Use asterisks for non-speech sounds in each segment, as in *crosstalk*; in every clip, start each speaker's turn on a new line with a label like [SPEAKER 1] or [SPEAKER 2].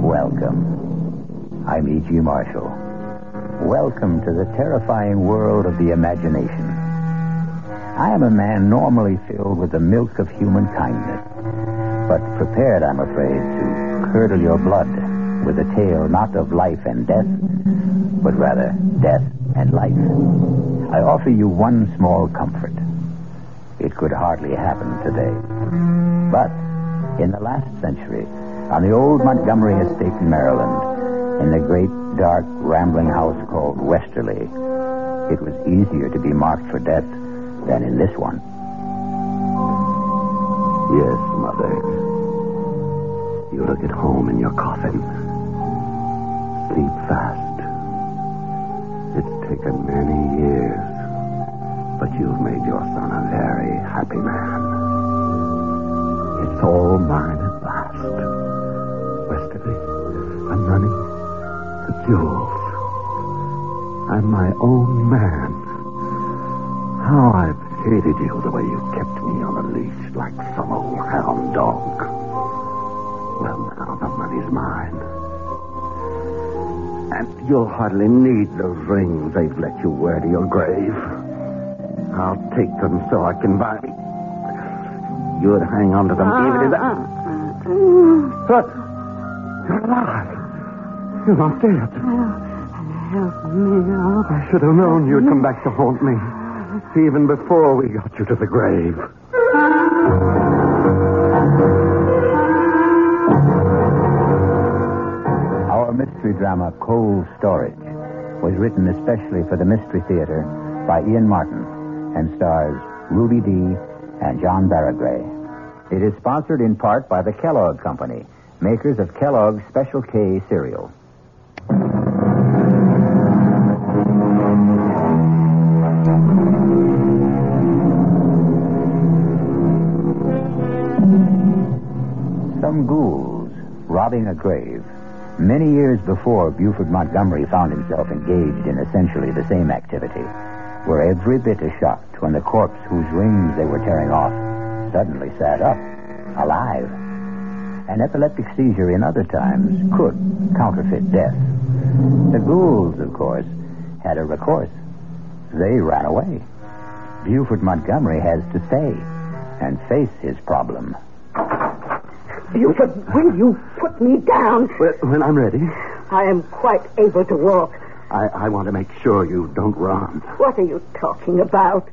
[SPEAKER 1] Welcome. I'm E.G. Marshall. Welcome to the terrifying world of the imagination. I am a man normally filled with the milk of human kindness, but prepared, I'm afraid, to curdle your blood with a tale not of life and death, but rather death and life. I offer you one small comfort. It could hardly happen today. But in the last century, on the old Montgomery estate in Maryland, in the great, dark, rambling house called Westerly, it was easier to be marked for death than in this one. Yes, Mother. You look at home in your coffin. Sleep fast. It's taken many years, but you've made your son a very happy man. It's all mine at last. Westerly, the money, the jewels. I'm my own man. How I've hated you the way you kept me on a leash like some old hound dog. Well, now the money's mine. And you'll hardly need those rings they've let you wear to your grave. I'll take them so I can buy. You'd hang on to them
[SPEAKER 2] Ah.
[SPEAKER 1] even if I. But you're alive. You're not dead.
[SPEAKER 2] Help me, Albert.
[SPEAKER 1] I should have known you'd come back to haunt me, even before we got you to the grave. Our mystery drama, Cold Storage, was written especially for the Mystery Theater by Ian Martin and stars Ruby Dee and John Barragray. It is sponsored in part by the Kellogg Company, makers of Kellogg's Special K cereal. Some ghouls robbing a grave. Many years before, Buford Montgomery found himself engaged in essentially the same activity, were every bit as shocked when the corpse whose rings they were tearing off suddenly sat up, alive. An epileptic seizure in other times could counterfeit death. The ghouls, of course, had a recourse. They ran away. Buford Montgomery has to stay and face his problem.
[SPEAKER 2] Buford, will you put me down?
[SPEAKER 1] When I'm ready,
[SPEAKER 2] I am quite able to walk.
[SPEAKER 1] I, I want to make sure you don't run.
[SPEAKER 2] What are you talking about?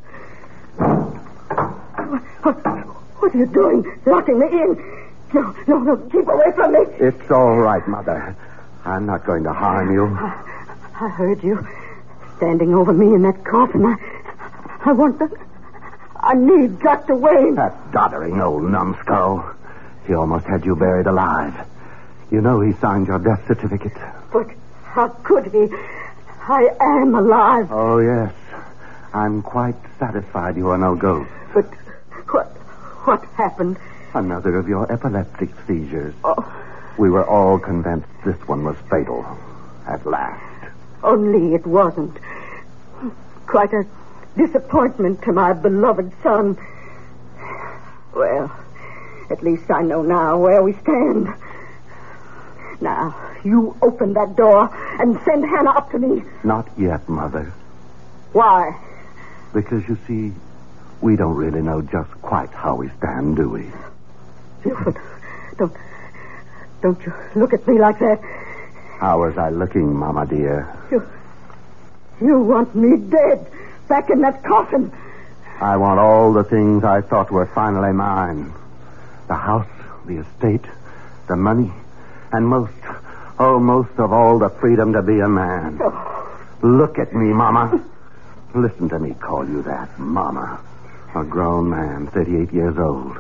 [SPEAKER 2] What, what are you doing? Locking me in? No, no, no. Keep away from me.
[SPEAKER 1] It's all right, Mother. I'm not going to harm you. *laughs*
[SPEAKER 2] I heard you standing over me in that coffin. I, I want that. I need Dr. Wayne.
[SPEAKER 1] That doddering old numbskull. He almost had you buried alive. You know he signed your death certificate.
[SPEAKER 2] But how could he? I am alive.
[SPEAKER 1] Oh, yes. I'm quite satisfied you are no ghost.
[SPEAKER 2] But what, what happened?
[SPEAKER 1] Another of your epileptic seizures.
[SPEAKER 2] Oh,
[SPEAKER 1] We were all convinced this one was fatal. At last.
[SPEAKER 2] only it wasn't.
[SPEAKER 3] quite a disappointment to my beloved son. Well, at least I know now where we stand. Now, you open that door and send Hannah up to me.
[SPEAKER 1] Not yet, Mother.
[SPEAKER 3] Why?
[SPEAKER 1] Because, you see, we don't really know just quite how we stand, do we?
[SPEAKER 3] Buford, don't, don't you look at me like that.
[SPEAKER 1] How was I looking, Mama dear?
[SPEAKER 3] You, you want me dead, back in that coffin.
[SPEAKER 1] I want all the things I thought were finally mine the house, the estate, the money, and most, oh, most of all, the freedom to be a man.
[SPEAKER 3] Oh,
[SPEAKER 1] Look at me, Mama. Listen to me call you that, Mama. A grown man, 38 years old,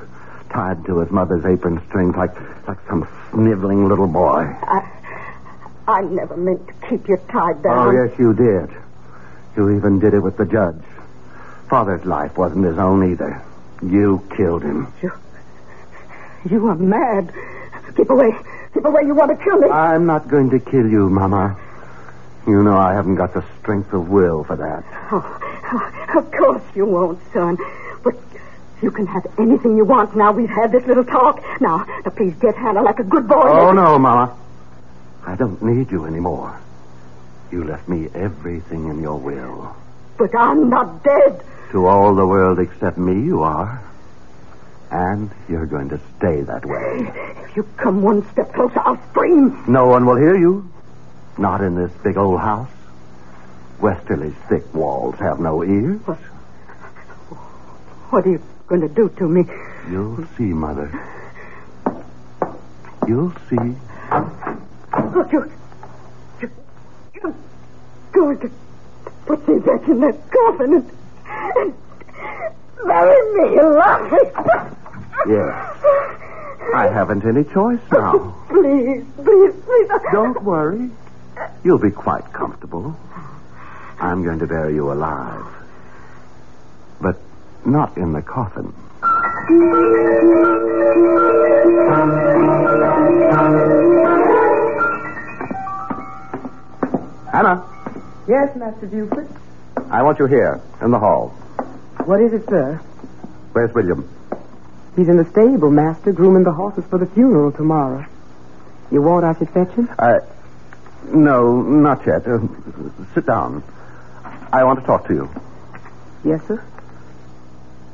[SPEAKER 1] tied to his mother's apron strings like, like some sniveling little boy.
[SPEAKER 3] I, I never meant to keep you tied down.
[SPEAKER 1] Oh, yes, you did. You even did it with the judge. Father's life wasn't his own either. You killed him.
[SPEAKER 3] You are mad. Keep away. Keep away. You want to kill me.
[SPEAKER 1] I'm not going to kill you, Mama. You know I haven't got the strength of will for that.
[SPEAKER 3] Oh, of course you won't, son. But you can have anything you want now we've had this little talk. Now, now please get Hannah like a good boy.
[SPEAKER 1] Oh, no, Mama. I don't need you anymore. You left me everything in your will.
[SPEAKER 3] But I'm not dead.
[SPEAKER 1] To all the world except me, you are. And you're going to stay that way.
[SPEAKER 3] If you come one step closer, I'll scream.
[SPEAKER 1] No one will hear you. Not in this big old house. Westerly's thick walls have no ears.
[SPEAKER 3] What are you going to do to me?
[SPEAKER 1] You'll see, Mother. You'll see.
[SPEAKER 3] Look, you, you, you're going to put me back in that coffin and, and bury me alive.
[SPEAKER 1] Yes. I haven't any choice now.
[SPEAKER 3] Please, please, please.
[SPEAKER 1] Don't worry. You'll be quite comfortable. I'm going to bury you alive. But not in the coffin. Hannah,
[SPEAKER 2] Yes, Master Buford.
[SPEAKER 1] I want you here, in the hall.
[SPEAKER 2] What is it, sir?
[SPEAKER 1] Where's William?
[SPEAKER 2] He's in the stable, Master, grooming the horses for the funeral tomorrow. You want I should fetch him?
[SPEAKER 1] Uh, no, not yet. Uh, *laughs* sit down. I want to talk to you.
[SPEAKER 2] Yes, sir.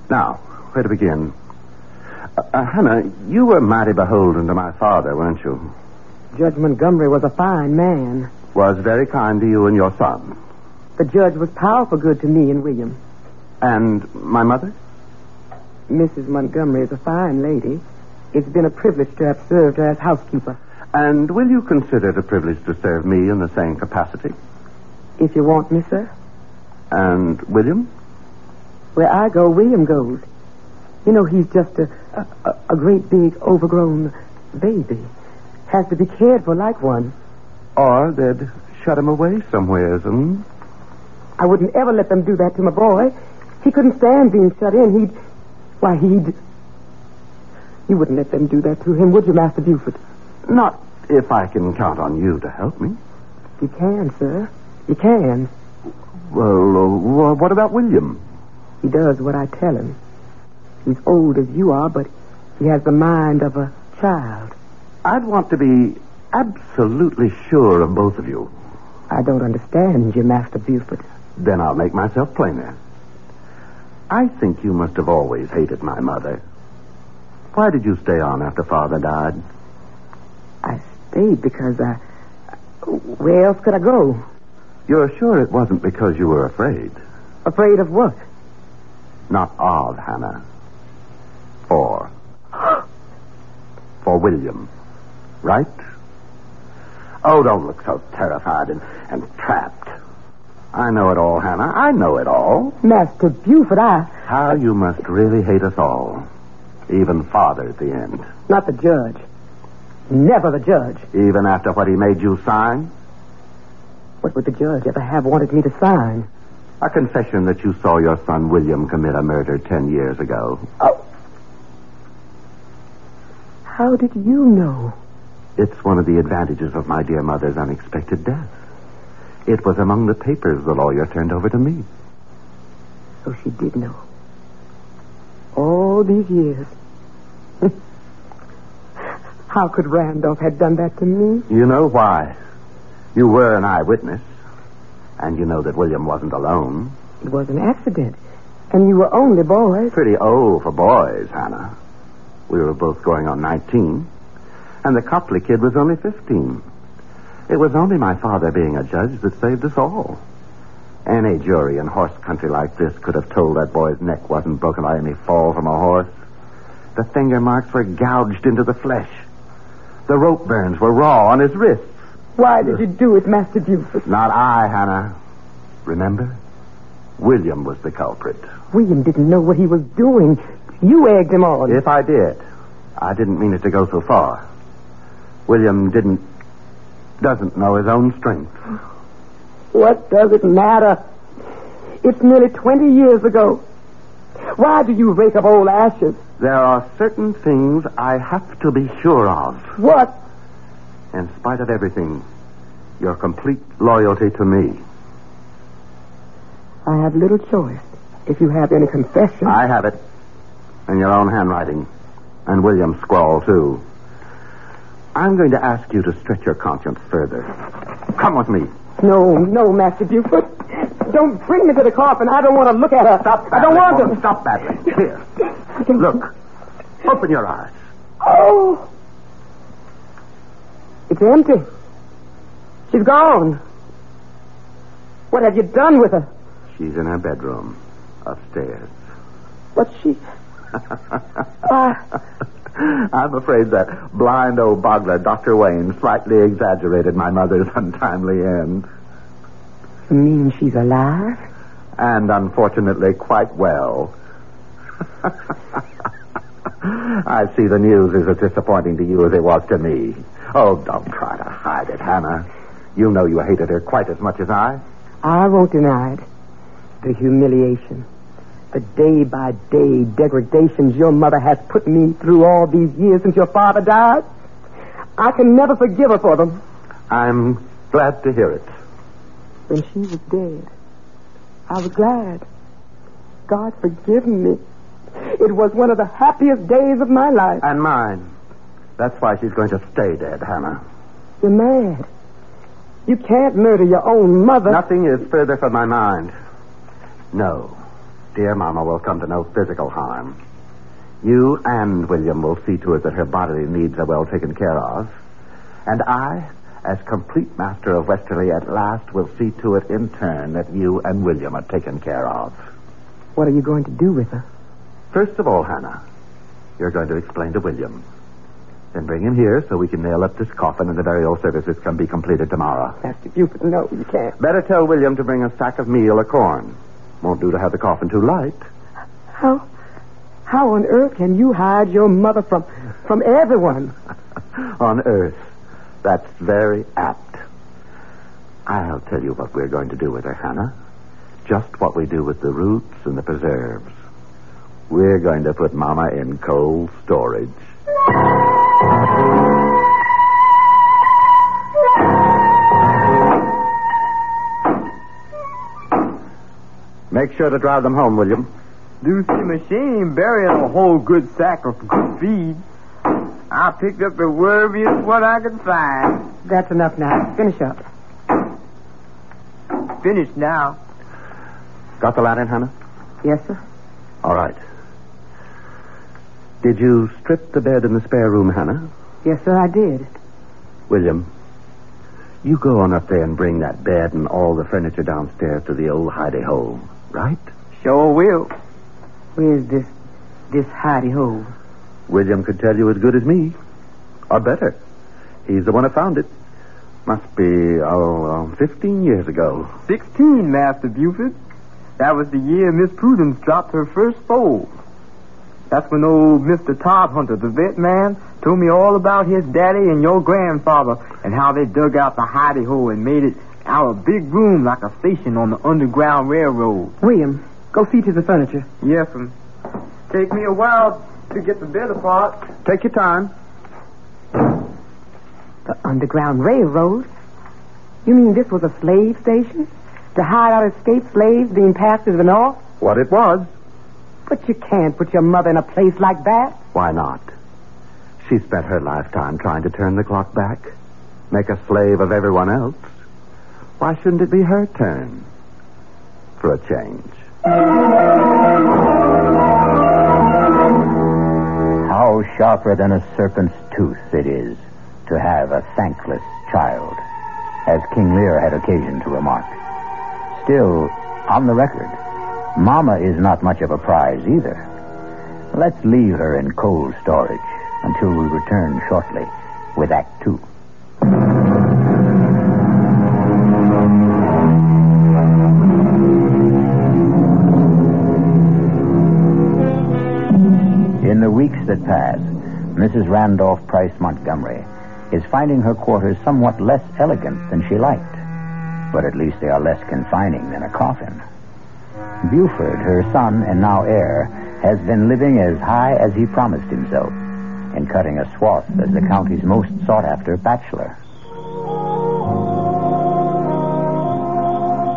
[SPEAKER 1] Now, where to begin? Uh, uh, Hannah, you were mighty beholden to my father, weren't you?
[SPEAKER 2] Judge Montgomery was a fine man.
[SPEAKER 1] Was very kind to you and your son.
[SPEAKER 2] The judge was powerful good to me and William.
[SPEAKER 1] And my mother?
[SPEAKER 2] Mrs. Montgomery is a fine lady. It's been a privilege to have served her as housekeeper.
[SPEAKER 1] And will you consider it a privilege to serve me in the same capacity?
[SPEAKER 2] If you want me, sir,
[SPEAKER 1] And William?
[SPEAKER 2] where I go, William goes. You know, he's just a, a, a great big overgrown baby. Has to be cared for like one.
[SPEAKER 1] Or they'd shut him away somewheres and.
[SPEAKER 2] I wouldn't ever let them do that to my boy. He couldn't stand being shut in. He'd. Why, he'd. You wouldn't let them do that to him, would you, Master Buford?
[SPEAKER 1] Not if I can count on you to help me.
[SPEAKER 2] You can, sir. You can.
[SPEAKER 1] Well, uh, wha- what about William?
[SPEAKER 2] He does what I tell him. He's old as you are, but he has the mind of a child.
[SPEAKER 1] I'd want to be absolutely sure of both of you.
[SPEAKER 2] I don't understand you, Master Buford.
[SPEAKER 1] Then I'll make myself plainer. I think you must have always hated my mother. Why did you stay on after Father died?
[SPEAKER 2] I stayed because I. Where else could I go?
[SPEAKER 1] You're sure it wasn't because you were afraid?
[SPEAKER 2] Afraid of what?
[SPEAKER 1] Not of Hannah. For. *gasps* For William. Right? Oh, don't look so terrified and, and trapped. I know it all, Hannah. I know it all.
[SPEAKER 2] Master Buford, I.
[SPEAKER 1] How you must really hate us all. Even Father at the end.
[SPEAKER 2] Not the judge. Never the judge.
[SPEAKER 1] Even after what he made you sign?
[SPEAKER 2] What would the judge ever have wanted me to sign?
[SPEAKER 1] A confession that you saw your son William commit a murder ten years ago.
[SPEAKER 2] Oh. How did you know?
[SPEAKER 1] It's one of the advantages of my dear mother's unexpected death. It was among the papers the lawyer turned over to me.
[SPEAKER 2] So she did know. All these years. *laughs* How could Randolph have done that to me?
[SPEAKER 1] You know why. You were an eyewitness. And you know that William wasn't alone.
[SPEAKER 2] It was an accident. And you were only boys.
[SPEAKER 1] Pretty old for boys, Hannah. We were both going on 19. And the Copley kid was only 15. It was only my father being a judge that saved us all. Any jury in horse country like this could have told that boy's neck wasn't broken by any fall from a horse. The finger marks were gouged into the flesh. The rope burns were raw on his wrists.
[SPEAKER 2] Why did you do it, Master Buford?
[SPEAKER 1] Not I, Hannah. Remember? William was the culprit.
[SPEAKER 2] William didn't know what he was doing. You egged him on.
[SPEAKER 1] If I did, I didn't mean it to go so far. William didn't. doesn't know his own strength.
[SPEAKER 2] What does it matter? It's nearly 20 years ago. Why do you rake up old ashes?
[SPEAKER 1] There are certain things I have to be sure of.
[SPEAKER 2] What?
[SPEAKER 1] In spite of everything, your complete loyalty to me.
[SPEAKER 2] I have little choice. If you have any confession.
[SPEAKER 1] I have it. In your own handwriting. And William's scrawl, too. I'm going to ask you to stretch your conscience further. Come with me.
[SPEAKER 2] No, no, Master Buford. Don't bring me to the coffin. I don't want to look at her.
[SPEAKER 1] Stop
[SPEAKER 2] I don't
[SPEAKER 1] babbling,
[SPEAKER 2] want
[SPEAKER 1] woman.
[SPEAKER 2] to.
[SPEAKER 1] Stop babbling. Here. Look. Open your eyes.
[SPEAKER 2] Oh! It's empty. She's gone. What have you done with her?
[SPEAKER 1] She's in her bedroom. Upstairs.
[SPEAKER 2] But she. Ah.
[SPEAKER 1] *laughs* I'm afraid that blind old boggler, Dr. Wayne, slightly exaggerated my mother's *laughs* untimely end.
[SPEAKER 2] You mean she's alive?
[SPEAKER 1] and unfortunately quite well. *laughs* I see the news is as disappointing to you as it was to me. Oh, don't try to hide it, Hannah. You know you hated her quite as much as I.
[SPEAKER 2] I won't deny it. The humiliation, the day by day degradations your mother has put me through all these years since your father died. I can never forgive her for them.
[SPEAKER 1] I'm glad to hear it.
[SPEAKER 2] When she was dead, I was glad. God forgive me. It was one of the happiest days of my life.
[SPEAKER 1] And mine. That's why she's going to stay dead, Hannah.
[SPEAKER 2] You're mad. You can't murder your own mother.
[SPEAKER 1] Nothing is further from my mind. No. Dear Mama will come to no physical harm. You and William will see to it that her bodily needs are well taken care of. And I, as complete master of Westerly at last, will see to it in turn that you and William are taken care of.
[SPEAKER 2] What are you going to do with her?
[SPEAKER 1] First of all, Hannah, you're going to explain to William. Then bring him here so we can nail up this coffin and the burial services can be completed tomorrow.
[SPEAKER 2] Master Buford, no, you can't.
[SPEAKER 1] Better tell William to bring a sack of meal or corn. Won't do to have the coffin too light. *gasps*
[SPEAKER 2] How? How on earth can you hide your mother from from everyone?
[SPEAKER 1] On earth. That's very apt. I'll tell you what we're going to do with her, Hannah. Just what we do with the roots and the preserves. We're going to put Mama in cold storage. Make sure to drive them home, William.
[SPEAKER 4] Do see machine burying a whole good sack of good feed. I picked up the wormiest what I could find.
[SPEAKER 2] That's enough now. Finish up.
[SPEAKER 4] Finished now.
[SPEAKER 1] Got the lantern, Hannah?
[SPEAKER 2] Yes, sir.
[SPEAKER 1] All right. Did you strip the bed in the spare room, Hannah?
[SPEAKER 2] Yes, sir. I did.
[SPEAKER 1] William, you go on up there and bring that bed and all the furniture downstairs to the old hidey hole, right?
[SPEAKER 4] Sure will.
[SPEAKER 2] Where's this this hidey hole?
[SPEAKER 1] William could tell you as good as me, or better. He's the one who found it. Must be, oh, um, 15 years ago.
[SPEAKER 4] Sixteen, Master Buford. That was the year Miss Prudence dropped her first foal. That's when old Mr. Todd Hunter, the vet man, told me all about his daddy and your grandfather and how they dug out the hidey hole and made it our big room like a station on the Underground Railroad.
[SPEAKER 2] William, go see to the furniture.
[SPEAKER 4] Yes, and take me a while to get the bed apart.
[SPEAKER 1] Take your time.
[SPEAKER 2] The Underground Railroad. You mean this was a slave station to hide out escaped slaves being passed as an off?
[SPEAKER 1] what it was.
[SPEAKER 2] But you can't put your mother in a place like that.
[SPEAKER 1] Why not? She spent her lifetime trying to turn the clock back, make a slave of everyone else. Why shouldn't it be her turn for a change?
[SPEAKER 5] How sharper than a serpent's tooth it is to have a thankless child, as King Lear had occasion to remark. Still, on the record, Mama is not much of a prize either. Let's leave her in cold storage until we return shortly with Act Two. In the weeks that pass, Mrs. Randolph Price Montgomery is finding her quarters somewhat less elegant than she liked, but at least they are less confining than a coffin. Buford, her son and now heir, has been living as high as he promised himself and cutting a swath as the county's most sought after bachelor.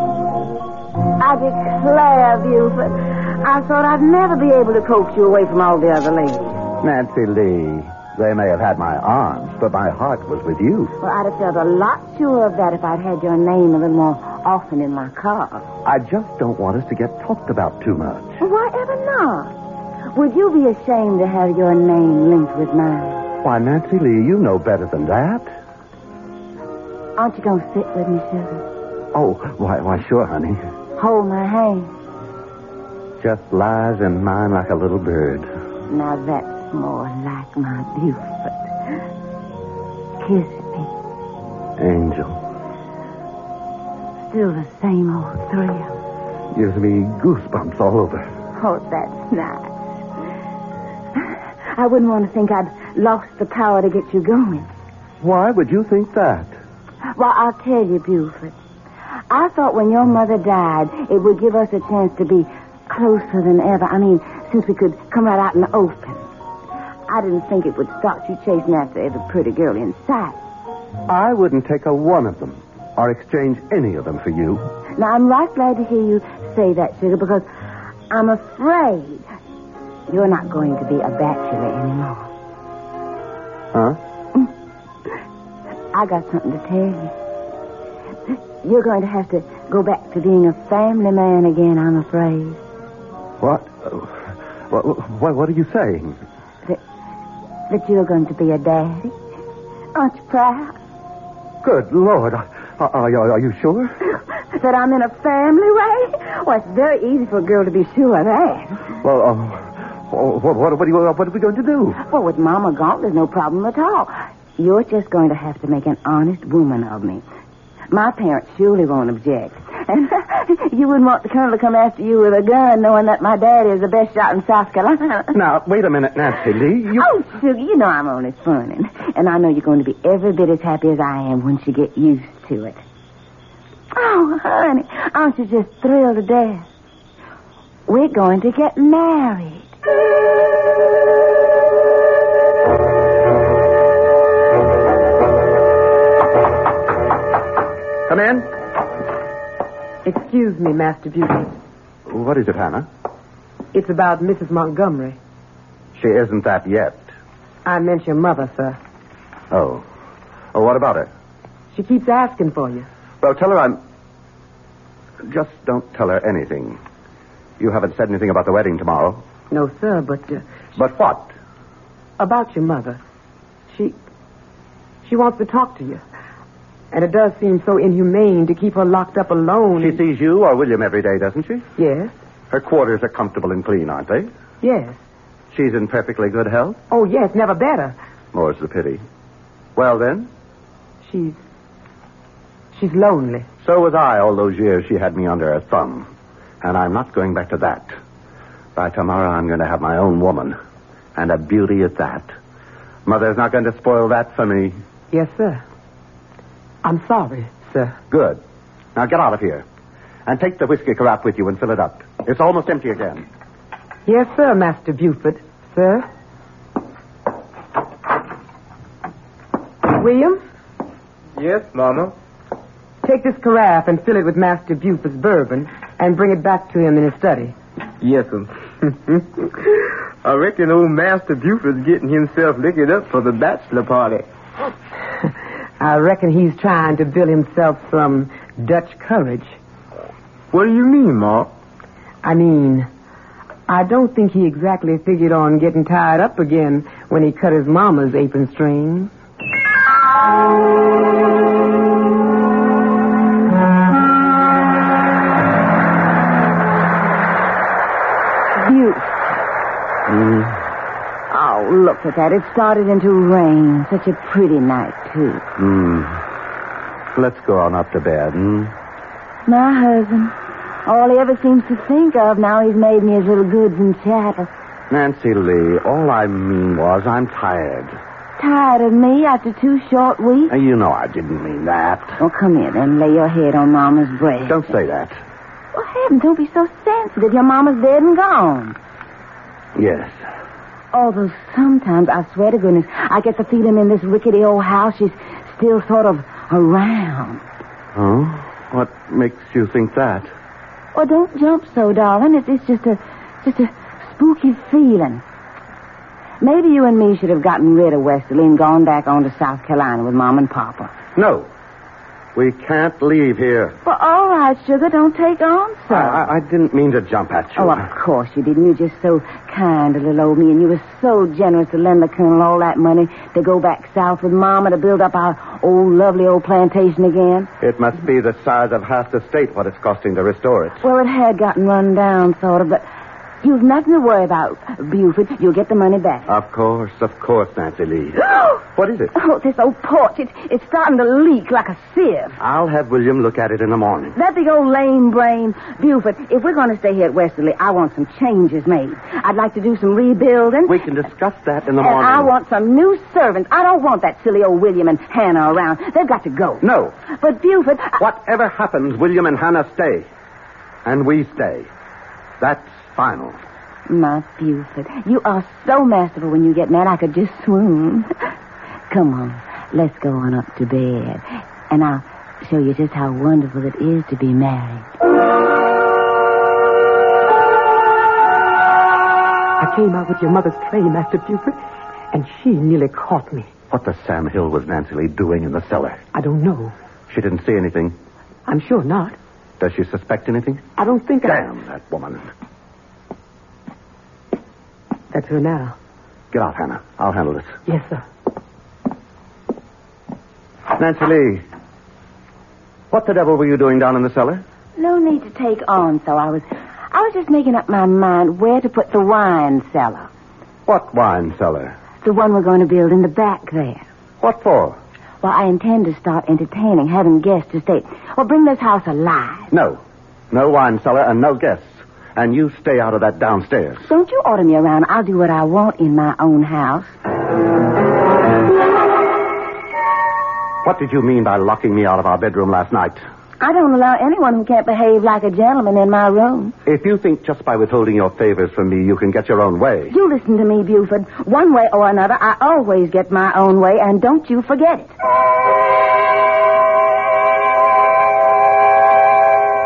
[SPEAKER 6] I declare, Buford, I thought I'd never be able to coax you away from all the other ladies.
[SPEAKER 1] Nancy Lee, they may have had my arms, but my heart was with you.
[SPEAKER 6] Well, I'd have felt a lot sure of that if I'd had your name a little more often in my car.
[SPEAKER 1] I just don't want us to get talked about too much.
[SPEAKER 6] Why ever not? Would you be ashamed to have your name linked with mine?
[SPEAKER 1] Why, Nancy Lee, you know better than that.
[SPEAKER 6] Aren't you going to sit with me, Susan?
[SPEAKER 1] Oh, why, why, sure, honey.
[SPEAKER 6] Hold my hand.
[SPEAKER 1] Just lies in mine like a little bird.
[SPEAKER 6] Now that's more like my Buford. Kiss me.
[SPEAKER 1] Angel
[SPEAKER 6] Still the same old thrill.
[SPEAKER 1] gives me goosebumps all over.
[SPEAKER 6] Oh, that's nice. I wouldn't want to think I'd lost the power to get you going.
[SPEAKER 1] Why would you think that?
[SPEAKER 6] Well, I'll tell you, Buford. I thought when your mother died, it would give us a chance to be closer than ever. I mean, since we could come right out in the open. I didn't think it would start you chasing after every pretty girl in sight.
[SPEAKER 1] I wouldn't take a one of them or exchange any of them for you.
[SPEAKER 6] Now, I'm right glad to hear you say that, Sugar, because I'm afraid you're not going to be a bachelor anymore.
[SPEAKER 1] Huh?
[SPEAKER 6] I got something to tell you. You're going to have to go back to being a family man again, I'm afraid.
[SPEAKER 1] What? Oh, What, what, what are you saying?
[SPEAKER 6] That, that you're going to be a daddy. Aren't you proud *laughs*
[SPEAKER 1] Good Lord. Are, are, are you sure?
[SPEAKER 6] that I'm in a family way? Well, it's very easy for a girl to be sure of that.
[SPEAKER 1] Well, um, what, what, what, are you, what are we going to do?
[SPEAKER 6] Well, with Mama Gaunt, there's no problem at all. You're just going to have to make an honest woman of me. My parents surely won't object. And *laughs* you wouldn't want the colonel to come after you with a gun, knowing that my daddy is the best shot in South Carolina.
[SPEAKER 1] *laughs* Now, wait a minute, Nancy Lee. You...
[SPEAKER 6] Oh, Sugar, you know I'm only funning. And I know you're going to be every bit as happy as I am once you get used to it. Oh, honey, aren't you just thrilled to death? We're going to get married.
[SPEAKER 1] Come in.
[SPEAKER 2] Excuse me, Master Buford.
[SPEAKER 1] What is it, Hannah?
[SPEAKER 2] It's about Mrs. Montgomery.
[SPEAKER 1] She isn't that yet.
[SPEAKER 2] I meant your mother, sir.
[SPEAKER 1] Oh. Oh, what about her?
[SPEAKER 2] She keeps asking for you.
[SPEAKER 1] Well, tell her I'm. Just don't tell her anything. You haven't said anything about the wedding tomorrow.
[SPEAKER 2] No, sir, but uh,
[SPEAKER 1] But what?
[SPEAKER 2] about your mother. She she wants to talk to you. And it does seem so inhumane to keep her locked up alone.
[SPEAKER 1] She sees you or William every day, doesn't she?
[SPEAKER 2] Yes.
[SPEAKER 1] Her quarters are comfortable and clean, aren't they?
[SPEAKER 2] Yes.
[SPEAKER 1] She's in perfectly good health.
[SPEAKER 2] Oh, yes, never better.
[SPEAKER 1] More's the pity. Well, then,
[SPEAKER 2] She's she's lonely.
[SPEAKER 1] so was I all those years she had me under her thumb. And I'm not going back to that. By tomorrow, I'm going to have my own woman. And a beauty at that. Mother's not going to spoil that for me.
[SPEAKER 2] Yes, sir. I'm sorry, sir.
[SPEAKER 1] Good. Now get out of here. And take the whiskey carafe with you and fill it up. It's almost empty again.
[SPEAKER 2] Yes, sir, Master Buford. Sir. William,
[SPEAKER 4] Yes, Mama.
[SPEAKER 2] take this carafe and fill it with Master Buford's bourbon and bring it back to him in his study. *laughs*
[SPEAKER 4] Yes, sir. *laughs* I reckon old Master Buford's getting himself liquored up for the bachelor party.
[SPEAKER 2] I reckon he's trying to build himself some Dutch courage.
[SPEAKER 4] What do you mean, Ma?
[SPEAKER 2] I mean, I don't think he exactly figured on getting tied up again when he cut his mama's apron string.
[SPEAKER 6] Beautiful. Oh, look at that. It started into rain. Such a pretty night, too.
[SPEAKER 1] Hmm. Let's go on up to bed. Hmm?
[SPEAKER 6] My husband. All he ever seems to think of now he's made me his little goods and chattels.
[SPEAKER 1] Nancy Lee, all I mean was I'm tired.
[SPEAKER 6] Tired of me after two short weeks?
[SPEAKER 1] Uh, You know I didn't mean that.
[SPEAKER 6] Oh, come here then. Lay your head on Mama's breast.
[SPEAKER 1] Don't say that.
[SPEAKER 6] Well, heaven, don't be so sensitive. Your Mama's dead and gone.
[SPEAKER 1] Yes.
[SPEAKER 6] Although sometimes, I swear to goodness, I get the feeling in this rickety old house she's still sort of around.
[SPEAKER 1] Huh? What makes you think that?
[SPEAKER 6] Well, Oh, don't jump so, darling. It's, it's just a, just a spooky feeling. Maybe you and me should have gotten rid of Westerly and gone back on to South Carolina with Mom and Papa.
[SPEAKER 1] No. We can't leave here.
[SPEAKER 6] Well, all right, sugar. Don't take on so.
[SPEAKER 1] I, I- I didn't mean to jump at you.
[SPEAKER 6] Oh, of course you didn't. You're just so kind to little old me, and you were so generous to lend the colonel all that money to go back south with Mama to build up our old lovely old plantation again.
[SPEAKER 1] It must be the size of half the state what it's costing to restore it.
[SPEAKER 6] Well, it had gotten run down, sort of, but you've nothing to worry about, Buford. You'll get the money
[SPEAKER 1] *gasps*
[SPEAKER 6] back. *gasps*
[SPEAKER 1] Of course, of course, Nancy Lee. what is it?
[SPEAKER 6] Oh, this old porch, it's, it's starting to leak like a sieve.
[SPEAKER 1] I'll have William look at it in the morning.
[SPEAKER 6] That big old lame brain. Buford, if we're going to stay here at Westerly, I want some changes made. I'd like to do some rebuilding.
[SPEAKER 1] We can discuss that in the
[SPEAKER 6] and
[SPEAKER 1] morning.
[SPEAKER 6] I want some new servants. I don't want that silly old William and Hannah around. They've got to go.
[SPEAKER 1] No.
[SPEAKER 6] But Buford, I-
[SPEAKER 1] Whatever happens, William and Hannah stay. And we stay. That's final.
[SPEAKER 6] my Buford, you are so masterful when you get mad I could just swoon. *laughs* Come on, let's go on up to bed, and I'll show you just how wonderful it is to be married.
[SPEAKER 2] I came out with your mother's tray, Master Buford, and she nearly caught me.
[SPEAKER 1] What the Sam Hill was Nancy Lee doing in the cellar?
[SPEAKER 2] I don't know.
[SPEAKER 1] She didn't see anything.
[SPEAKER 2] I'm sure not.
[SPEAKER 1] Does she suspect anything?
[SPEAKER 2] I don't think
[SPEAKER 1] Damn that woman.
[SPEAKER 2] I... That's her now.
[SPEAKER 1] Get out, Hannah. I'll handle this.
[SPEAKER 2] Yes, sir.
[SPEAKER 1] Nancy Lee. What the devil were you doing down in the cellar?
[SPEAKER 6] No need to take on, so I was, I was just making up my mind where to put the wine cellar,
[SPEAKER 1] What wine cellar?
[SPEAKER 6] the one we're going to build in the back there.
[SPEAKER 1] What for?
[SPEAKER 6] Well, I intend to start entertaining, having guests to stay. Well, bring this house alive.
[SPEAKER 1] No. No wine cellar and no guests. And you stay out of that downstairs.
[SPEAKER 6] Don't you order me around. I'll do what I want in my own house.
[SPEAKER 1] What did you mean by locking me out of our bedroom last night?
[SPEAKER 6] I don't allow anyone who can't behave like a gentleman in my room.
[SPEAKER 1] If you think just by withholding your favors from me you can get your own way.
[SPEAKER 6] You listen to me, Buford. One way or another, I always get my own way, and don't you forget it.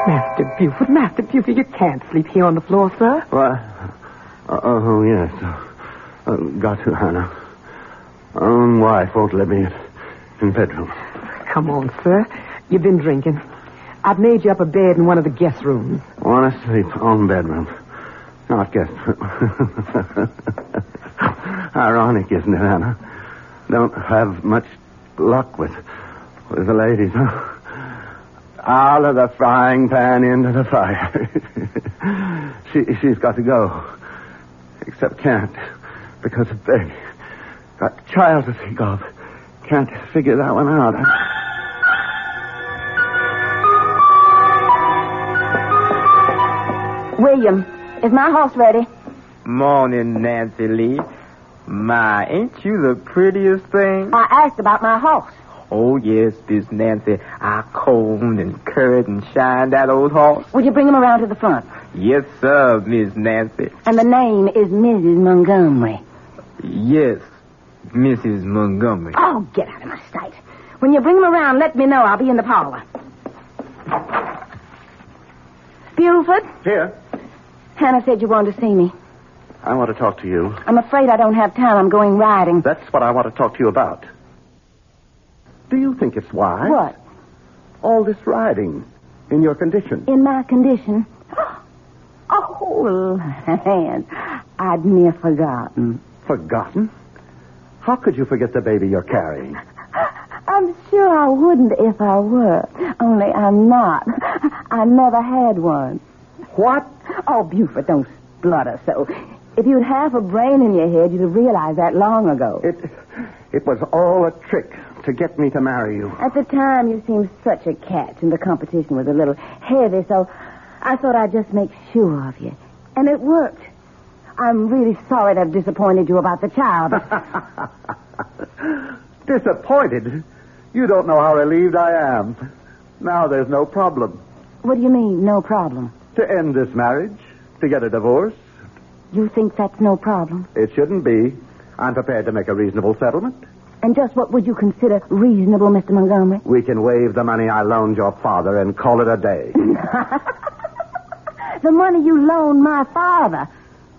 [SPEAKER 2] Master Buford, Master Buford, you can't sleep here on the floor, sir.
[SPEAKER 1] Well, uh, oh, yes. Uh, got to, Hannah. Um, Own wife won't let me in bedroom.
[SPEAKER 2] Come on, sir. You've been drinking. I've made you up a bed in one of the guest rooms.
[SPEAKER 1] Want to sleep on bedroom. Not guest room. Ironic, isn't it, Anna? Don't have much luck with with the ladies, huh? Out of the frying pan into the fire. *laughs* she she's got to go. Except can't because of baby. Got child to think of. Can't figure that one out.
[SPEAKER 6] William, is my horse ready?
[SPEAKER 4] Morning, Nancy Lee. My, ain't you the prettiest thing?
[SPEAKER 6] I asked about my horse.
[SPEAKER 4] Oh, yes, Miss Nancy. I combed and curried and shined that old horse.
[SPEAKER 6] Would you bring him around to the front?
[SPEAKER 4] Yes, sir, Miss Nancy.
[SPEAKER 6] And the name is Mrs. Montgomery.
[SPEAKER 4] Yes, Mrs. Montgomery.
[SPEAKER 6] Oh, get out of my sight. When you bring him around, let me know. I'll be in the parlor. Buford,
[SPEAKER 1] Here.
[SPEAKER 6] Hannah said you wanted to see me.
[SPEAKER 1] I want to talk to you.
[SPEAKER 6] I'm afraid I don't have time. I'm going riding.
[SPEAKER 1] That's what I want to talk to you about. Do you think it's wise?
[SPEAKER 6] What?
[SPEAKER 1] All this riding in your condition.
[SPEAKER 6] In my condition. *gasps* Oh, land. *laughs* I'd near forgotten.
[SPEAKER 1] Mm, Forgotten? How could you forget the baby you're carrying?
[SPEAKER 6] I'm sure I wouldn't if I were. Only I'm not. I never had one.
[SPEAKER 1] What?
[SPEAKER 6] Oh, Buford, don't splutter so. If you'd half a brain in your head, you'd have realized that long ago.
[SPEAKER 1] It, it was all a trick to get me to marry you.
[SPEAKER 6] At the time, you seemed such a catch, and the competition was a little heavy, so I thought I'd just make sure of you. And it worked. I'm really sorry to have disappointed you about the child.
[SPEAKER 1] Disappointed? You don't know how relieved I am. Now there's no problem.
[SPEAKER 6] what do you mean, no problem?
[SPEAKER 1] To end this marriage, to get a divorce,
[SPEAKER 6] You think that's no problem?
[SPEAKER 1] it shouldn't be. I'm prepared to make a reasonable settlement.
[SPEAKER 6] And just what would you consider reasonable, Mr. Montgomery?
[SPEAKER 1] We can waive the money I loaned your father and call it a day.
[SPEAKER 6] The money you loaned my father.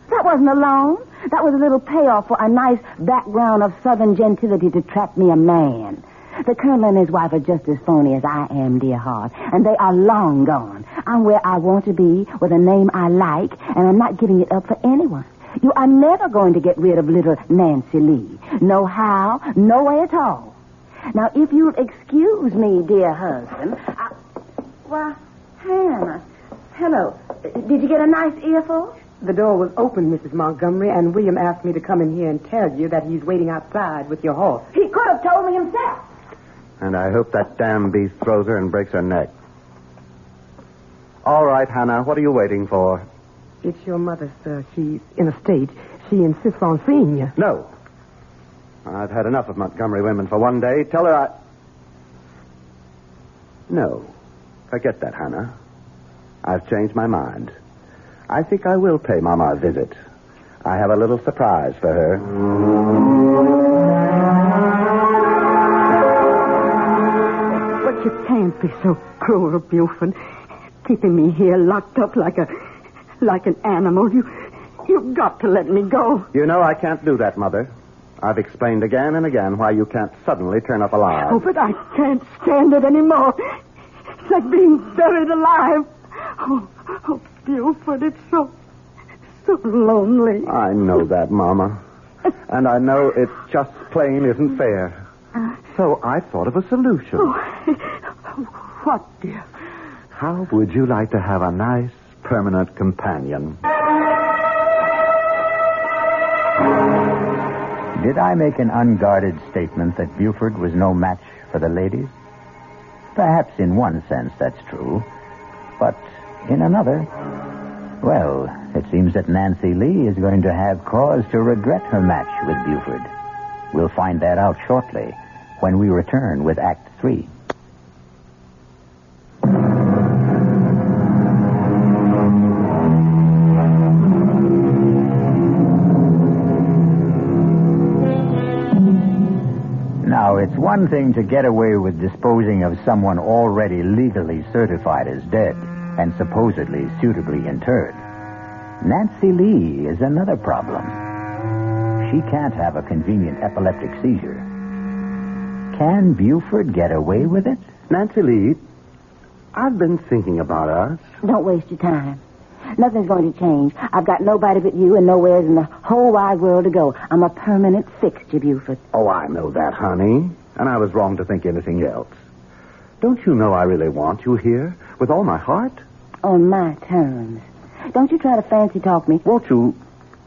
[SPEAKER 6] That wasn't a loan. That was a little payoff for a nice background of southern gentility to trap me a man. The colonel and his wife are just as phony as I am, dear heart, and they are long gone. I'm where I want to be, with a name I like, and I'm not giving it up for anyone. You are never going to get rid of little Nancy Lee. No how, no way at all. Now, if you'll excuse me, dear husband, I... Why, Hannah. Hello. Did you get a nice earful?
[SPEAKER 2] The door was open, Mrs. Montgomery, and William asked me to come in here and tell you that he's waiting outside with your horse.
[SPEAKER 6] He could have told me himself.
[SPEAKER 1] And I hope that damn beast throws her and breaks her neck. All right, Hannah, what are you waiting for?
[SPEAKER 2] It's your mother, sir. She's in a state. She insists on seeing you.
[SPEAKER 1] No. I've had enough of Montgomery women for one day. Tell her I. No. Forget that, Hannah. I've changed my mind. I think I will pay Mama a visit. I have a little surprise for her.
[SPEAKER 3] But you can't be so cruel, Buford. Keeping me here locked up like a like an animal. You you've got to let me go.
[SPEAKER 1] You know I can't do that, Mother. I've explained again and again why you can't suddenly turn up alive.
[SPEAKER 3] Oh, but I can't stand it anymore. It's like being buried alive. Oh, oh Buford, it's so so lonely.
[SPEAKER 1] I know that, Mama. And I know it just plain isn't fair. So I thought of a solution.
[SPEAKER 3] Oh, What, dear?
[SPEAKER 1] How would you like to have a nice, permanent companion?
[SPEAKER 5] Did I make an unguarded statement that Buford was no match for the ladies? Perhaps in one sense that's true, but in another, well, it seems that Nancy Lee is going to have cause to regret her match with Buford. We'll find that out shortly when we return with Act Three. Now, it's one thing to get away with disposing of someone already legally certified as dead and supposedly suitably interred. Nancy Lee is another problem. She can't have a convenient epileptic seizure. Can Buford get away with it?
[SPEAKER 1] Nancy Lee, I've been thinking about us.
[SPEAKER 6] Don't waste your time. Nothing's going to change. I've got nobody but you and nowhere in the whole wide world to go. I'm a permanent fixture, Buford.
[SPEAKER 1] Oh, I know that, honey. And I was wrong to think anything else. Don't you know I really want you here with all my heart?
[SPEAKER 6] On my terms. Don't you try to fancy talk me.
[SPEAKER 1] Won't you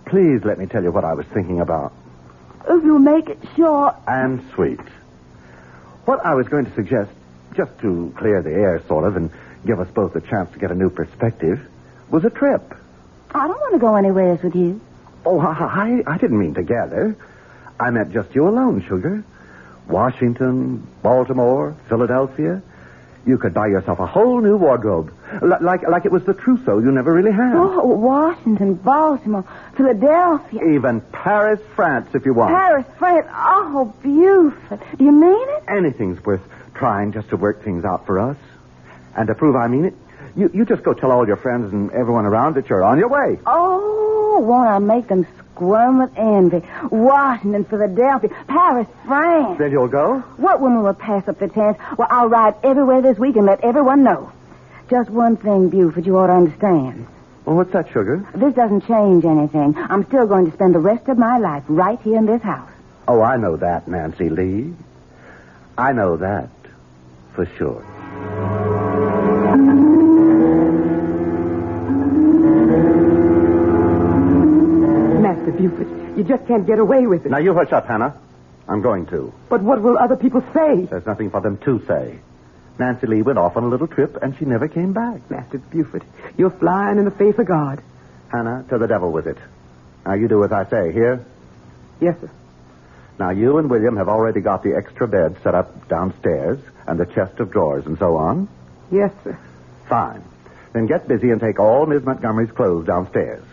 [SPEAKER 1] please let me tell you what I was thinking about?
[SPEAKER 6] If you Oh, make it short.
[SPEAKER 1] and sweet. What I was going to suggest, just to clear the air, sort of, and give us both a chance to get a new perspective, was a trip.
[SPEAKER 6] I don't want to go anywhere else with you.
[SPEAKER 1] Oh, I, I didn't mean together. I meant just you alone, sugar. Washington, Baltimore, Philadelphia. You could buy yourself a whole new wardrobe, L- like like it was the trousseau you never really had.
[SPEAKER 6] Oh, Washington, Baltimore, Philadelphia,
[SPEAKER 1] Even Paris, France, if you want.
[SPEAKER 6] Paris, France. Oh, Buford. Do you mean it?
[SPEAKER 1] anything's worth trying just to work things out for us. And to prove I mean it,
[SPEAKER 3] You, you just go tell all your friends and everyone around that you're on your way.
[SPEAKER 6] Oh, want to make them squirm with envy. Washington, Philadelphia, Paris, France.
[SPEAKER 3] Then you'll go?
[SPEAKER 6] What woman will pass up the chance? Well, I'll ride everywhere this week and let everyone know. Just one thing, Buford, you ought to understand.
[SPEAKER 3] Well, what's that, Sugar?
[SPEAKER 6] This doesn't change anything. I'm still going to spend the rest of my life right here in this house.
[SPEAKER 3] Oh, I know that, Nancy Lee. I know that for sure.
[SPEAKER 2] Master Buford, you just can't get away with it.
[SPEAKER 3] Now, you hush up, Hannah. I'm going to.
[SPEAKER 2] But what will other people say?
[SPEAKER 3] There's nothing for them to say. Nancy Lee went off on a little trip, and she never came back.
[SPEAKER 2] Master Buford, you're flying in the face of God.
[SPEAKER 3] Hannah, to the devil with it. Now, you do as I say, here?
[SPEAKER 2] Yes, sir.
[SPEAKER 3] Now, you and William have already got the extra bed set up downstairs and the chest of drawers and so on.
[SPEAKER 2] Yes, sir.
[SPEAKER 3] Fine. Then get busy and take all Miss Montgomery's clothes downstairs.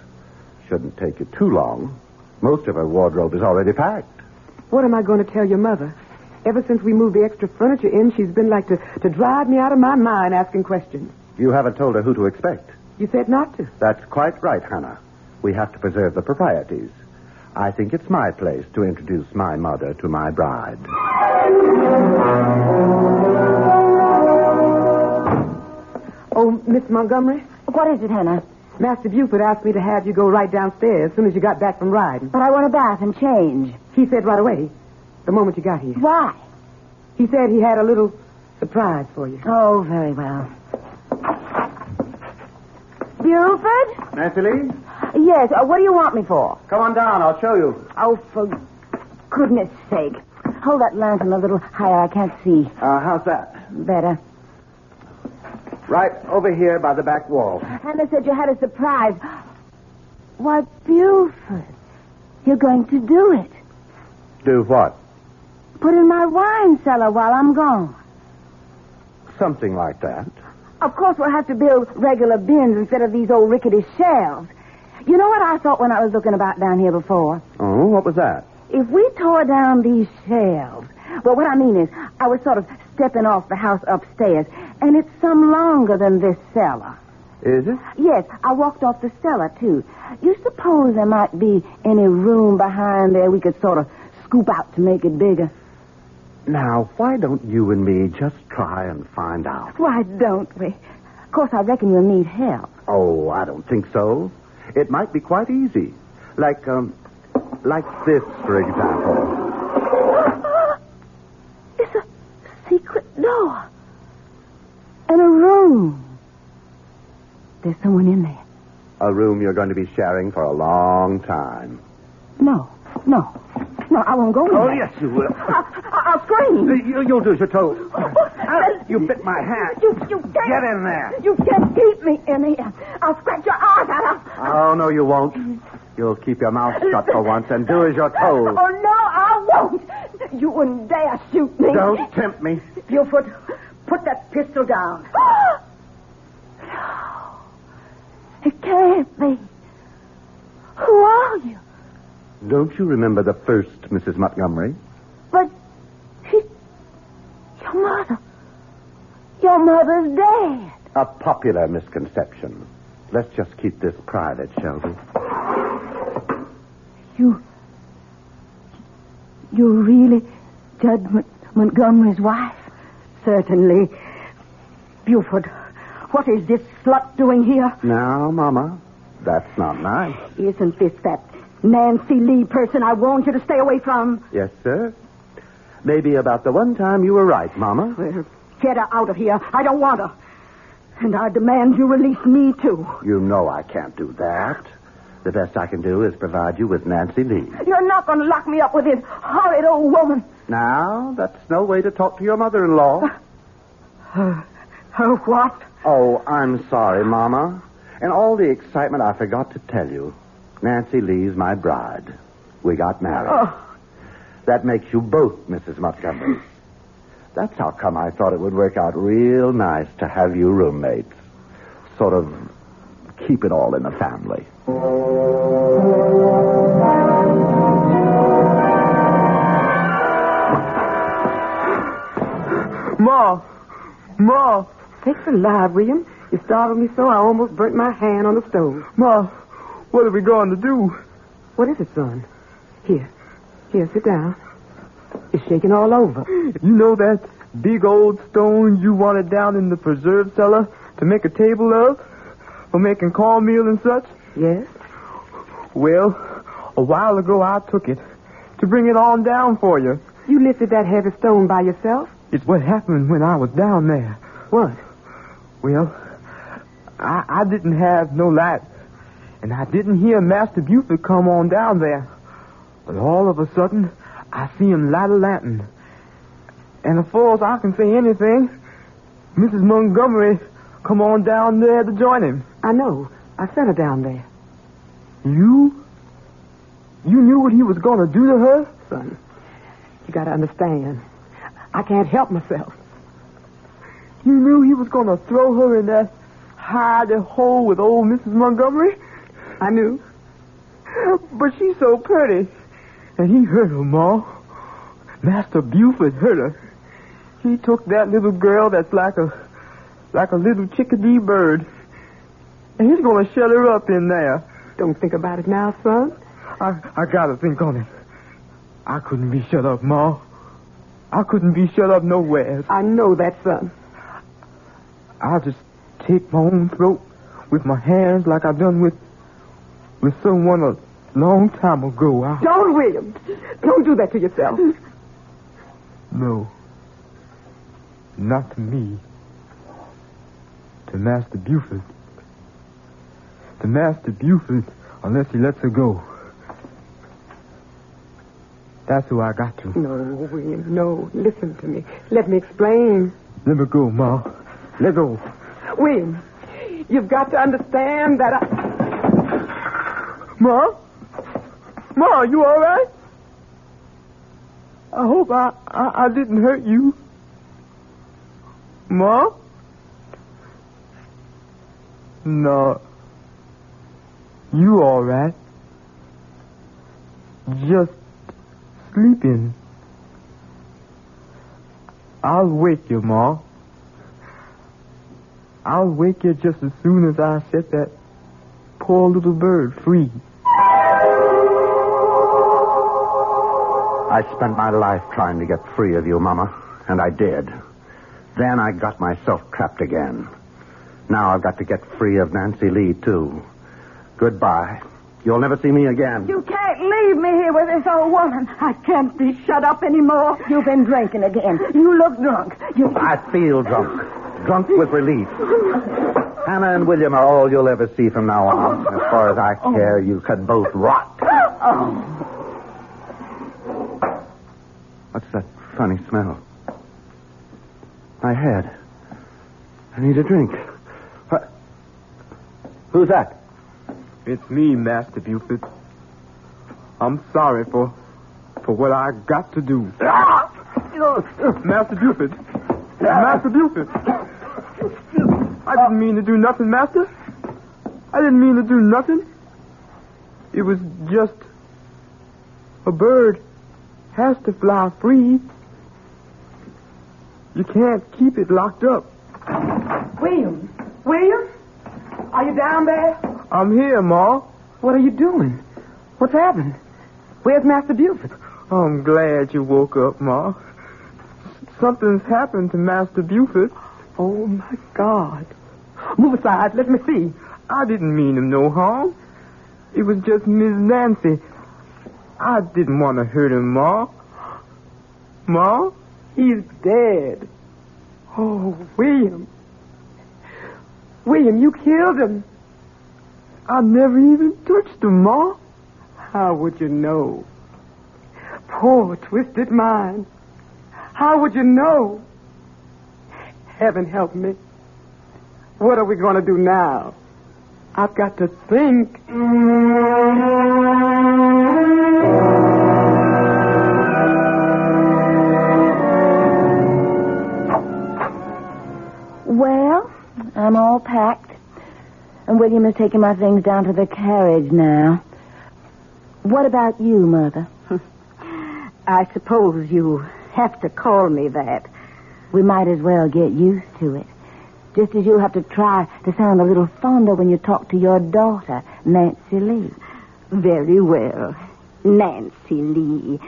[SPEAKER 3] Shouldn't take you too long. Most of her wardrobe is already packed.
[SPEAKER 2] What am I going to tell your mother? Ever since we moved the extra furniture in, she's been like to, to drive me out of my mind asking questions.
[SPEAKER 3] You haven't told her who to expect.
[SPEAKER 2] You said not to.
[SPEAKER 3] That's quite right, Hannah. We have to preserve the proprieties. I think it's my place to introduce my mother to my bride.
[SPEAKER 2] Oh, Miss Montgomery,
[SPEAKER 6] What is it, Hannah?
[SPEAKER 2] Master Buford asked me to have you go right downstairs as soon as you got back from riding.
[SPEAKER 6] But I want a bath and change.
[SPEAKER 2] He said right away, the moment you got here.
[SPEAKER 6] Why?
[SPEAKER 2] He said he had a little surprise for you.
[SPEAKER 6] Oh, very well. Buford?
[SPEAKER 3] Nancy Lee,
[SPEAKER 6] Yes, uh, what do you want me for?
[SPEAKER 3] come on down. I'll show you.
[SPEAKER 6] Oh, for goodness sake. Hold that lantern a little higher. I can't see
[SPEAKER 3] Uh, how's that?
[SPEAKER 6] better.
[SPEAKER 3] Right over here by the back wall.
[SPEAKER 6] Hannah said you had a surprise. *gasps* Why, Buford, you're going to do it.
[SPEAKER 3] Do what?
[SPEAKER 6] Put in my wine cellar while I'm gone.
[SPEAKER 3] Something like that.
[SPEAKER 6] Of course, we'll have to build regular bins instead of these old rickety shelves. You know what I thought when I was looking about down here before?
[SPEAKER 3] Oh, what was that?
[SPEAKER 6] If we tore down these shelves, well, what I mean is, I was sort of stepping off the house upstairs, and it's some longer than this cellar.
[SPEAKER 3] Is it?
[SPEAKER 6] Yes, I walked off the cellar, too. You suppose there might be any room behind there we could sort of scoop out to make it bigger?
[SPEAKER 3] Now, why don't you and me just try and find out?
[SPEAKER 6] Why don't we? Of course, I reckon you'll need help.
[SPEAKER 3] Oh, I don't think so. It might be quite easy. Like, um, like this, for example.
[SPEAKER 6] It's a secret door. And a room. There's someone in there.
[SPEAKER 3] A room you're going to be sharing for a long time.
[SPEAKER 6] No, no. No, I won't go in there.
[SPEAKER 3] Oh, you will. Uh,
[SPEAKER 6] I- will scream.
[SPEAKER 3] You, you'll do as you're told.
[SPEAKER 6] *laughs*
[SPEAKER 3] Ow, you bit my hand.
[SPEAKER 6] You, you can't.
[SPEAKER 3] Get in there.
[SPEAKER 6] You can't keep me in here. I'll scratch your eyes out. I'll-
[SPEAKER 3] Oh, no, you won't. You'll keep your mouth shut for once and do as you're told.
[SPEAKER 6] Oh, no, I won't. You wouldn't dare shoot me.
[SPEAKER 3] Don't tempt me.
[SPEAKER 6] Buford, put that pistol down. no. It can't be. Who are you?
[SPEAKER 3] Don't you remember the first Mrs. Montgomery?
[SPEAKER 6] But she. Your mother. Your mother's dead.
[SPEAKER 3] A popular misconception. Let's just keep this private, shall we?
[SPEAKER 6] You. You really Judge Mon- Montgomery's wife?
[SPEAKER 7] Certainly. Buford, what is this slut doing here?
[SPEAKER 3] Now, Mama, that's not nice.
[SPEAKER 7] Isn't this that Nancy Lee person I warned you to stay away from?
[SPEAKER 3] Yes, sir. Maybe about the one time you were right, Mama.
[SPEAKER 7] Well, get her out of here. I don't want her. And I demand you release me, too.
[SPEAKER 3] You know I can't do that. The best I can do is provide you with Nancy Lee.
[SPEAKER 6] You're not going to lock me up with this horrid old woman.
[SPEAKER 3] Now, that's no way to talk to your mother in law.
[SPEAKER 7] Her what?
[SPEAKER 3] Oh, I'm sorry, Mama. In all the excitement, I forgot to tell you. Nancy Lee's my bride. We got married. That makes you both Mrs. Montgomery. That's how come I thought it would work out real nice to have you roommates. Sort of keep it all in the family.
[SPEAKER 8] Ma! Ma!
[SPEAKER 2] Thanks a lot, William. You startled me so I almost burnt my hand on the stove.
[SPEAKER 4] Ma, what are we going to do?
[SPEAKER 2] What is it, son? Here. Here, sit down. It's shaking all over.
[SPEAKER 4] *gasps* You know that big old stone you wanted down in the preserve cellar to make a table of? For making cornmeal and such?
[SPEAKER 2] Yes?
[SPEAKER 4] Well, a while ago I took it to bring it on down for you.
[SPEAKER 2] You lifted that heavy stone by yourself?
[SPEAKER 4] It's what happened when I was down there.
[SPEAKER 2] What?
[SPEAKER 4] Well, I, I didn't have no light, and I didn't hear Master Buford come on down there. But all of a sudden, I see him light a lantern. And as far as I can say anything, Mrs. Montgomery come on down there to join him.
[SPEAKER 2] I know. I sent her down there.
[SPEAKER 4] You? You knew what he was going to do to her?
[SPEAKER 2] Son, you gotta understand. I can't help myself.
[SPEAKER 4] You knew he was going to throw her in that hide hole with old Mrs. Montgomery?
[SPEAKER 2] I knew.
[SPEAKER 4] But she's so pretty. And he hurt her, Ma. Master Buford hurt her. He took that little girl that's like a like a little chickadee bird. And he's gonna shut her up in there.
[SPEAKER 2] Don't think about it now, son.
[SPEAKER 4] I, I gotta think on it. I couldn't be shut up, Ma. I couldn't be shut up nowhere.
[SPEAKER 2] I know that, son.
[SPEAKER 4] I'll just take my own throat with my hands like I done with with someone a long time ago. I
[SPEAKER 2] Don't, William. Don't do that to
[SPEAKER 4] *laughs*
[SPEAKER 2] yourself.
[SPEAKER 4] no. Not to me. To Master Buford. To Master Buford, unless he lets her go. That's who I got to.
[SPEAKER 2] No, William, no. Listen to me. Let me explain.
[SPEAKER 4] Let me go, Ma. Let go.
[SPEAKER 2] William, you've got to understand that I.
[SPEAKER 4] Ma? Ma, are you all right? I hope I, I, I didn't hurt you. Ma? No. You all right? Just sleeping. I'll wake you, Ma. I'll wake you just as soon as I set that poor little bird free.
[SPEAKER 1] I spent my life trying to get free of you, Mama, and I did. Then I got myself trapped again. Now I've got to get free of Nancy Lee, too. Goodbye. You'll never see me again.
[SPEAKER 6] You can't leave me here with this old woman. I can't be shut up anymore. You've been drinking again. You look drunk. You
[SPEAKER 1] I feel drunk. Drunk with relief. Hannah and William are all you'll ever see from now on. As far as I care, you could both rot. What's that funny smell? My head. I need a drink. What? Who's that?
[SPEAKER 4] It's me, Master Buford. I'm sorry for for what I got to do. Master Buford. Master Buford. I didn't mean to do nothing, Master. I didn't mean to do nothing. It was just a bird has to fly free. You can't keep it locked up.
[SPEAKER 2] William, William, are you down there?
[SPEAKER 4] I'm here, Ma.
[SPEAKER 2] What are you doing? What's happened? Where's Master Buford?
[SPEAKER 4] I'm glad you woke up, Ma. Something's happened to Master Buford.
[SPEAKER 2] Oh, my God. Move aside. Let me see.
[SPEAKER 4] I didn't mean him no harm. It was just Miss Nancy. I didn't want to hurt him, Ma. Ma?
[SPEAKER 2] He's dead. Oh, William. William, you killed him.
[SPEAKER 4] I never even touched him, Ma.
[SPEAKER 2] How would you know? Poor twisted mind. How would you know? Heaven help me. What are we going to do now? I've got to think.
[SPEAKER 6] Well, I'm all packed. And William is taking my things down to the carriage now. What about you,
[SPEAKER 2] *laughs*
[SPEAKER 6] Mother?
[SPEAKER 3] I suppose you have to call me that.
[SPEAKER 6] We might as well get used to it. just as you have to try to sound a little fonder when you talk to your daughter, Nancy Lee.
[SPEAKER 2] Very well. Nancy Lee.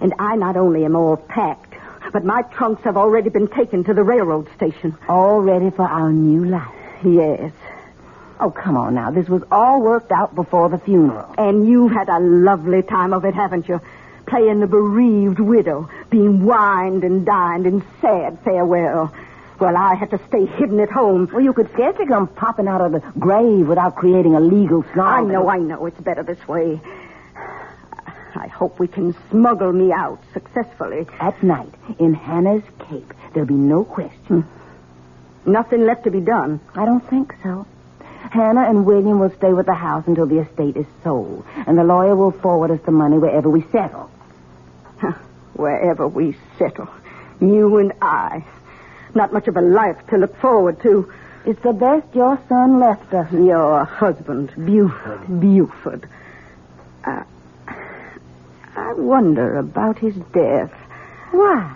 [SPEAKER 2] And I not only am all packed, but my trunks have already been taken to the railroad station.
[SPEAKER 6] All ready for our new life.
[SPEAKER 2] Yes.
[SPEAKER 6] Oh, come on now. This was all worked out before the funeral.
[SPEAKER 2] And you've had a lovely time of it, haven't you? Playing the bereaved widow, being wined and dined in sad farewell. Well, I had to stay hidden at home.
[SPEAKER 6] Well, you could scarcely come popping out of the grave without creating a legal
[SPEAKER 2] snarl. I know, I know. It's better this way. I hope we can smuggle me out successfully.
[SPEAKER 6] At night, in Hannah's cape, there'll be no question.
[SPEAKER 2] Hmm. Nothing left to be done. *laughs*
[SPEAKER 6] I don't think so. Hannah and William will stay with the house until the estate is sold, and the lawyer will forward us the money wherever we settle.
[SPEAKER 2] Huh. Wherever we settle. You and I. Not much of a life to look forward to.
[SPEAKER 6] It's the best your son left us.
[SPEAKER 2] Your husband, Buford. Buford. Uh, I wonder about his death.
[SPEAKER 6] Why?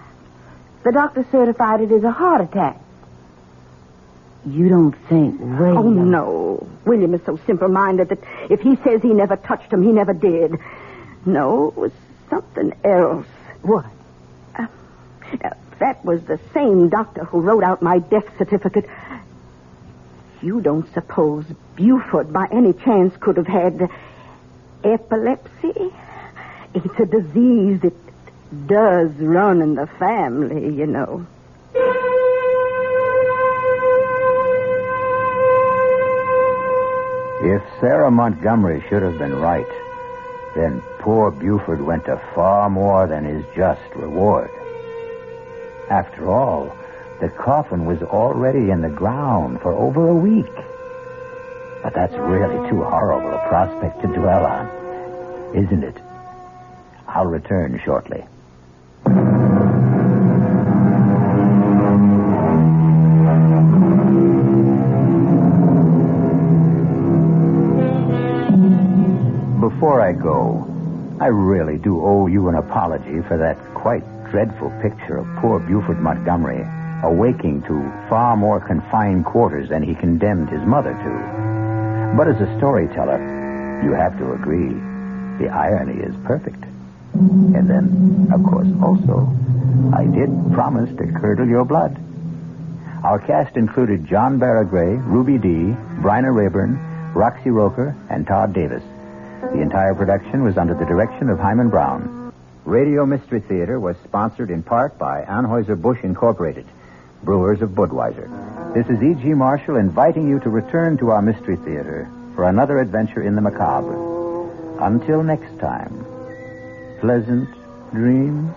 [SPEAKER 6] The doctor certified it as a heart attack. You don't think William...
[SPEAKER 2] Oh, no. William is so simple-minded that if he says he never touched him, he never did. No, it was something else.
[SPEAKER 6] What?
[SPEAKER 2] Uh, uh, that was the same doctor who wrote out my death certificate. You don't suppose Buford, by any chance, could have had epilepsy? It's a disease that does run in the family, you know.
[SPEAKER 1] If Sarah Montgomery should have been right, then poor Buford went to far more than his just reward. After all, the coffin was already in the ground for over a week. But that's really too horrible a prospect to dwell on, isn't it? I'll return shortly. before I go, I really do owe you an apology for that quite dreadful picture of poor Buford Montgomery awaking to far more confined quarters than he condemned his mother to. But as a storyteller, you have to agree, the irony is perfect. And then, of course, also, I did promise to curdle your blood. Our cast included John Barragray, Ruby Dee, Bryna Rayburn, Roxy Roker, and Todd Davis. The entire production was under the direction of Hyman Brown. Radio Mystery Theater was sponsored in part by Anheuser-Busch Incorporated, Brewers of Budweiser. This is E.G. Marshall inviting you to return to our Mystery Theater for another adventure in the macabre. Until next time, pleasant dreams.